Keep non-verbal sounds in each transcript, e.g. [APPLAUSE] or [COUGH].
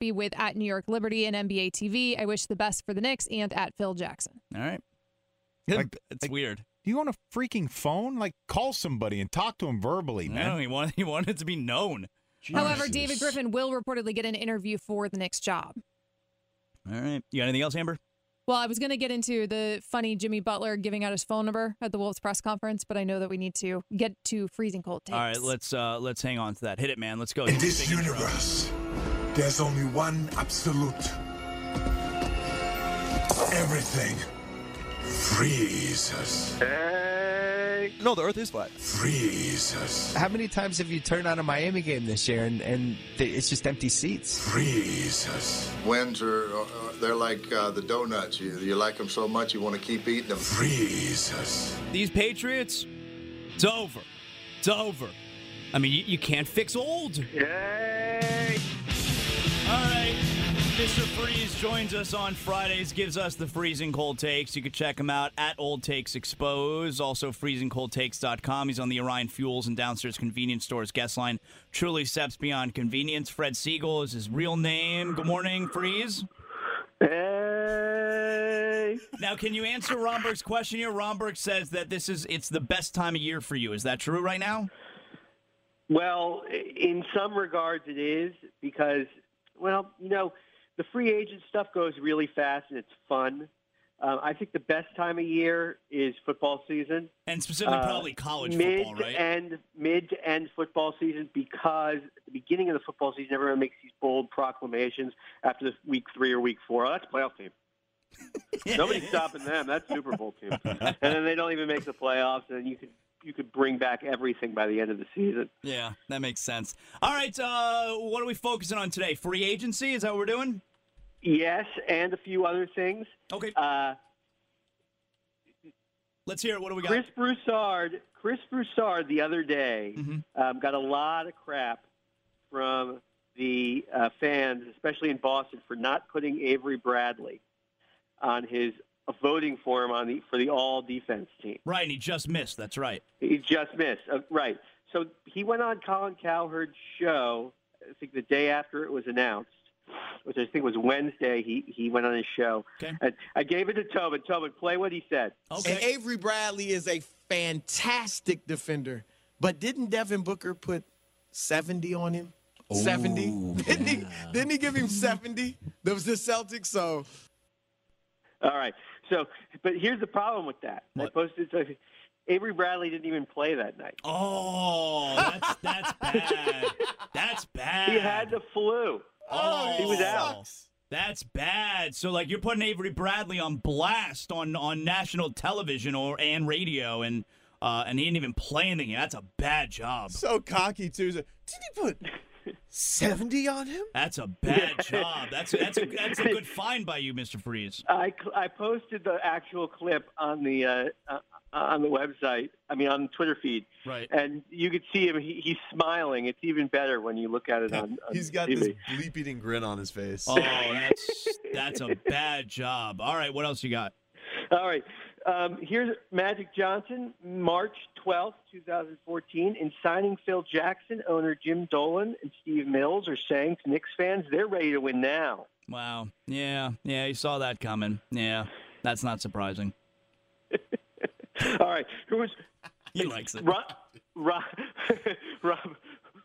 be with at New York Liberty and NBA TV. I wish the best for the Knicks and at Phil Jackson. All right. Like- it's like- weird. Do you want a freaking phone? Like, call somebody and talk to him verbally, No, man. he wanted he wanted to be known. However, Jesus. David Griffin will reportedly get an interview for the Knicks job. All right. You got anything else, Amber? Well, I was going to get into the funny Jimmy Butler giving out his phone number at the Wolves press conference, but I know that we need to get to freezing cold takes. All right. Let's uh let's hang on to that. Hit it, man. Let's go. In Two this big intros. universe, there's only one absolute. Everything freezes. No, the Earth is flat. Freezes. How many times have you turned on a Miami game this year and, and th- it's just empty seats? Freezes. Wins are, are uh, they're like uh, the donuts. You, you like them so much, you want to keep eating them. Freezes. These Patriots, it's over. It's over. I mean, you, you can't fix old. All right. Mr. Freeze joins us on Fridays, gives us the freezing cold takes. You can check him out at Old Takes Expose, also freezingcoldtakes.com. He's on the Orion Fuels and Downstairs Convenience Stores guest line. Truly steps beyond convenience. Fred Siegel is his real name. Good morning, Freeze. Now, can you answer Romberg's question here? Romberg says that this is it's the best time of year for you. Is that true right now? Well, in some regards, it is because, well, you know, the free agent stuff goes really fast and it's fun. Um, I think the best time of year is football season. And specifically, Uh, probably college mid football, right? End, mid to end football season because at the beginning of the football season, everyone makes these bold proclamations after the week three or week four. Oh, that's playoff team. [LAUGHS] Nobody's stopping them. That's Super Bowl team. And then they don't even make the playoffs, and you could you could bring back everything by the end of the season. Yeah, that makes sense. All right, uh, what are we focusing on today? Free agency? Is that what we're doing? Yes, and a few other things. Okay, Uh, let's hear it. What do we got? Chris Broussard, Chris Broussard, the other day Mhm. um, got a lot of crap from the uh, fans, especially in Boston, for not putting Avery Bradley on his voting for him on the for the All Defense team. Right, and he just missed. That's right. He just missed. Uh, right. So he went on Colin Cowherd's show, I think the day after it was announced, which I think was Wednesday, he, he went on his show. Okay. And I gave it to Tobin. Tobin, play what he said. Okay. And Avery Bradley is a fantastic defender, but didn't Devin Booker put 70 on him? [LAUGHS] 70? Didn't he, didn't he give him 70? That was the Celtics, so All right. So, but here's the problem with that. I What? posted so Avery Bradley didn't even play that night. Oh, that's, that's [LAUGHS] bad. That's bad. He Ah. had the flu. Oh, he was out. That's bad. So, like, you're putting Avery Bradley on blast on, on national television or and radio, and uh, and he didn't even play anything. That's a bad job. so cocky too. He's like, Did he put 70 on him? That's a bad job. That's that's a, that's a good find by you, Mister Freeze. I, cl- I posted the actual clip on the uh, uh, on the website. I mean, on the Twitter feed, Right. and you could see him. He, he's smiling. It's even better when you look at it on. on He's got TV. this bleep eating grin on his face. Oh, that's that's a bad job. All right, what else you got? All right. Um, here's Magic Johnson, March twelfth, two 2014. In signing Phil Jackson, owner Jim Dolan and Steve Mills are saying to Knicks fans, they're ready to win now. Wow. Yeah, yeah, you saw that coming. Yeah, that's not surprising. [LAUGHS] All right. Who was He likes it. Rob, Rob, [LAUGHS] Rob,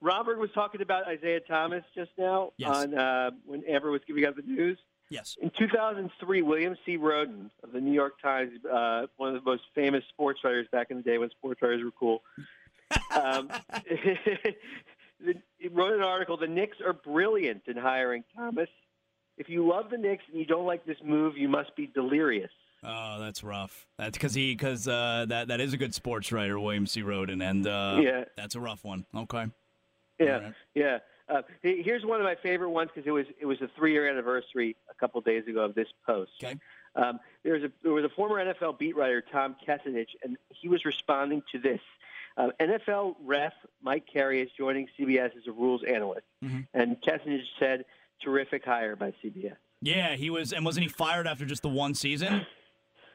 Robert was talking about Isaiah Thomas just now Yes. on uh, when Amber was giving out the news. Yes. In 2003, William C. Roden of the New York Times, uh, one of the most famous sports writers back in the day when sports writers were cool, um, [LAUGHS] he wrote an article, The Knicks are brilliant in hiring Thomas. If you love the Knicks and you don't like this move, you must be delirious. Oh, that's rough. That's because he because uh, that that is a good sports writer, William C. Roden, and uh, Yeah. that's a rough one. Okay. Yeah, All right. yeah. Uh, he- here's one of my favorite ones because it was it was a three year anniversary a couple days ago of this post. Okay. Um, there was a there was a former NFL beat writer Tom Kessinich, and he was responding to this. Uh, NFL ref Mike Carey is joining CBS as a rules analyst, Mhm. and Kessinich said, "Terrific hire by CBS." Yeah, he was, and wasn't he fired after just the one season?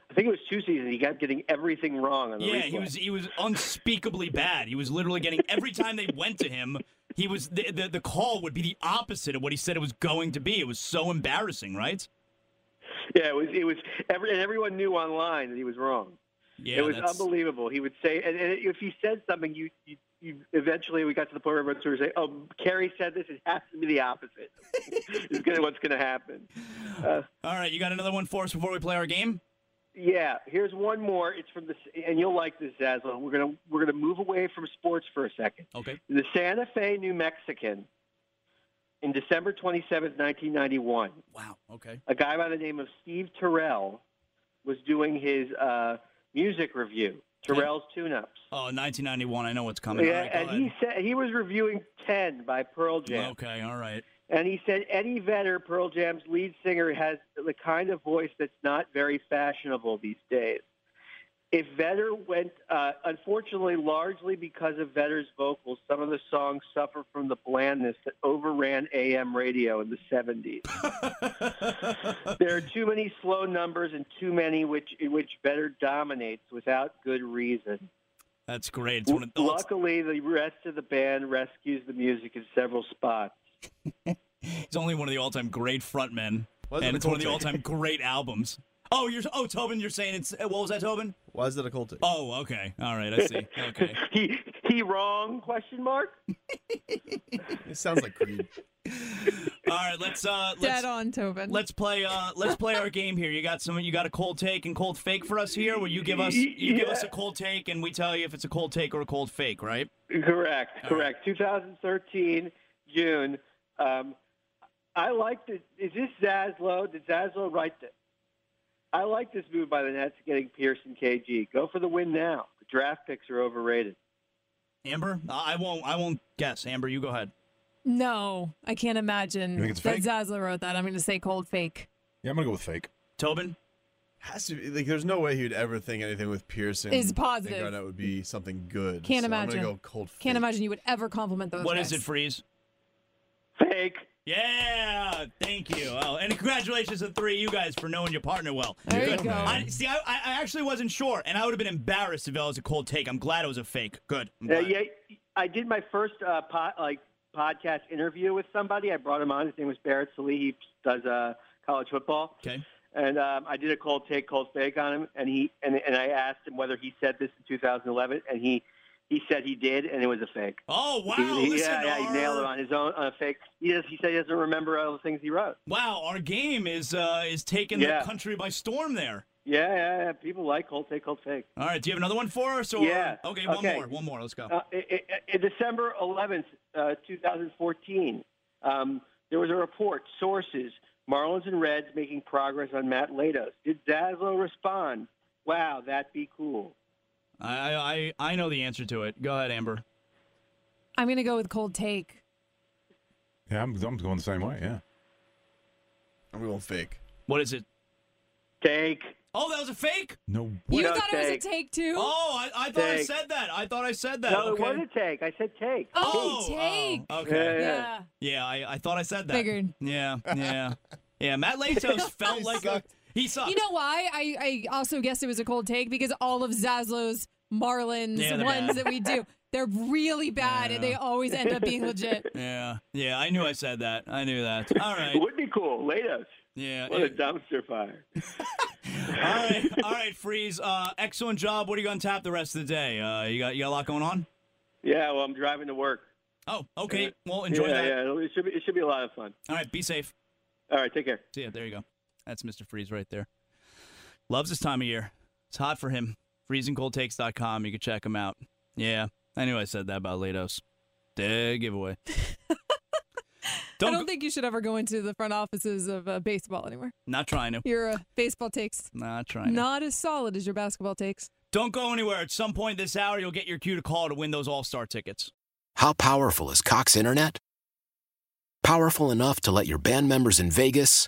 I think it was two seasons. He got getting everything wrong on the Yeah, replay. he was. He was unspeakably bad. He was literally getting every time they went to him. He was the, the the call would be the opposite of what he said it was going to be. It was so embarrassing, right? [LAUGHS] Yeah, it was. It was every, and everyone knew online that he was wrong. Yeah, it was that's- unbelievable. He would say, and, and if he said something, you, you, you eventually we got to the point where everyone sort of say, "Oh, Kerry said this. It has to be the opposite. [LAUGHS] it's gonna, what's going to happen?" Uh, All right, you got another one for us before we play our game. yeah, here's one more. It's from the, and you'll like this, Zazzle. We're gonna we're gonna move away from sports for a second. Okay. The Santa Fe New Mexican, in December 27th, 1991. Wow. Okay. a guy by the name of Steve Terrell was doing his uh, music review, Terrell's Tune Ups. Oh, 1991. I know what's coming. All Yeah, right, go and he ahead. said he was reviewing Ten by Pearl Jam, Okay. All right. and he said Eddie Vedder, Pearl Jam's lead singer, has the kind of voice that's not very fashionable these days. If Vedder went, uh, unfortunately, largely because of Vedder's vocals, some of the songs suffer from the blandness that overran AM radio in the [LAUGHS] 70s. There are too many slow numbers and too many which which better dominates without good reason. That's great. It's one of oh, it's- Luckily, the rest of the band rescues the music in several spots. He's only one of the all-time great frontmen, Was it and a it's one of cool the take? all-time great albums. Oh, you're oh Tobin, you're saying it's what was that Tobin? Why is it a cold take? Oh, okay, all right, I see. Okay, [LAUGHS] he he wrong? Question mark. It sounds like Creed. all right. Let's uh [LAUGHS] Dead let's on, Tobin. let's play uh let's play our game here. You got some you got a cold take and cold fake for us here. Where you give us you give us a Yeah. cold take and we tell you if it's a cold take or a cold fake, right? Correct. All Correct. 2013 June. Um, I like the. Is this Zaslow? Did Zaslow write this? I like this move by the Nets getting Pierce and KG. Go for the win now. The draft picks are overrated. Amber, I I won't I won't guess. Amber, you go ahead. No, I can't imagine You think it's that fake? Zazzle wrote that. I'm going to say cold fake. Yeah, I'm gonna go with fake. Tobin, Has to be, like, there's no way he'd ever think anything with Pearson Is positive. That would be something good. Can't so imagine. I'm gonna go cold. Can't fake. imagine you would ever compliment those. what guys. is it, Freeze? Fake. Yeah, thank you. Oh, and congratulations to the three of you guys for knowing your partner well. There you Good. go. I, see, I, I I actually wasn't sure, and I would have been embarrassed if that was a cold take. I'm glad it was a fake. Good. I'm Uh, glad. yeah, I did my first uh, po- like podcast interview with somebody. I brought him on. His name was Barrett Salee. He does uh, college football, Okay. and um, I did a cold take, cold fake on him. And he and, and I asked him whether he said this in 2011, and he he said he did, and it was a fake. Oh wow! He- he- Listen, yeah, yeah, our, he nailed it on his own on a fake. He, does, he said he doesn't remember all the things he wrote. Wow, our game is uh, is taking Yeah. the country by storm. There. Yeah, yeah, yeah. People like cold take, cold fake. All right. Do you have another one for us? Or... Yeah. Okay. One Okay. more. One more. Let's go. Uh, i- i- i- December 11th, uh, 2014, um, there was a report, sources, Marlins and Reds making progress on Matt Latos. Did Zaslow respond? Wow, that'd be cool. I, I I I know the answer to it. Go ahead, Amber. I'm going to go with cold take. Yeah, I'm, I'm going the same way. Yeah. I'm going fake. What is it? Take. Oh, that was a fake. No. You No, thought it was a take. take too? Oh, I, I thought I Fake. said that. I thought I said that. No, okay. it was a take. I said take. Oh, oh, take. oh, okay. Yeah, yeah. Yeah. Yeah, I, I thought I said that. Figured. Yeah, [LAUGHS] yeah, yeah. Matt Latos felt like a, he sucked. You know why? I, I also guess it was a cold take because all of Zazzlo's Marlins Yeah, they're ones bad. that we do, they're really bad and they always end up being [LAUGHS] legit. yeah, yeah. I knew I said that. I knew [LAUGHS] that. All right. Uh, It would be cool. Latos. Yeah. What a it- dumpster fire. all right. All right. Freeze. Uh, excellent job. What are you going to tap the rest of the day? Uh, you got you got a lot going on. Yeah, well, I'm driving to work. Oh, okay. Well, enjoy Uh, yeah, that. Yeah, it'll- it should, be, it should be a lot of fun. All right. Be safe. All right, take care. See ya. There you go. That's Mr. Freeze right there. Loves this time of year. It's hot for him. FreezingColdTakes.com. You can check him out. Yeah. I knew I said that about Latos. Dead giveaway. [LAUGHS] I don't don't think you should ever go into the front offices of uh, baseball anymore. Not trying to. Your uh, baseball takes Not trying to. not as solid as your basketball takes. Don't go anywhere. At some point this hour, you'll get your cue to call to win those All Star tickets. How powerful is Cox Internet? Powerful enough to let your band members in Vegas,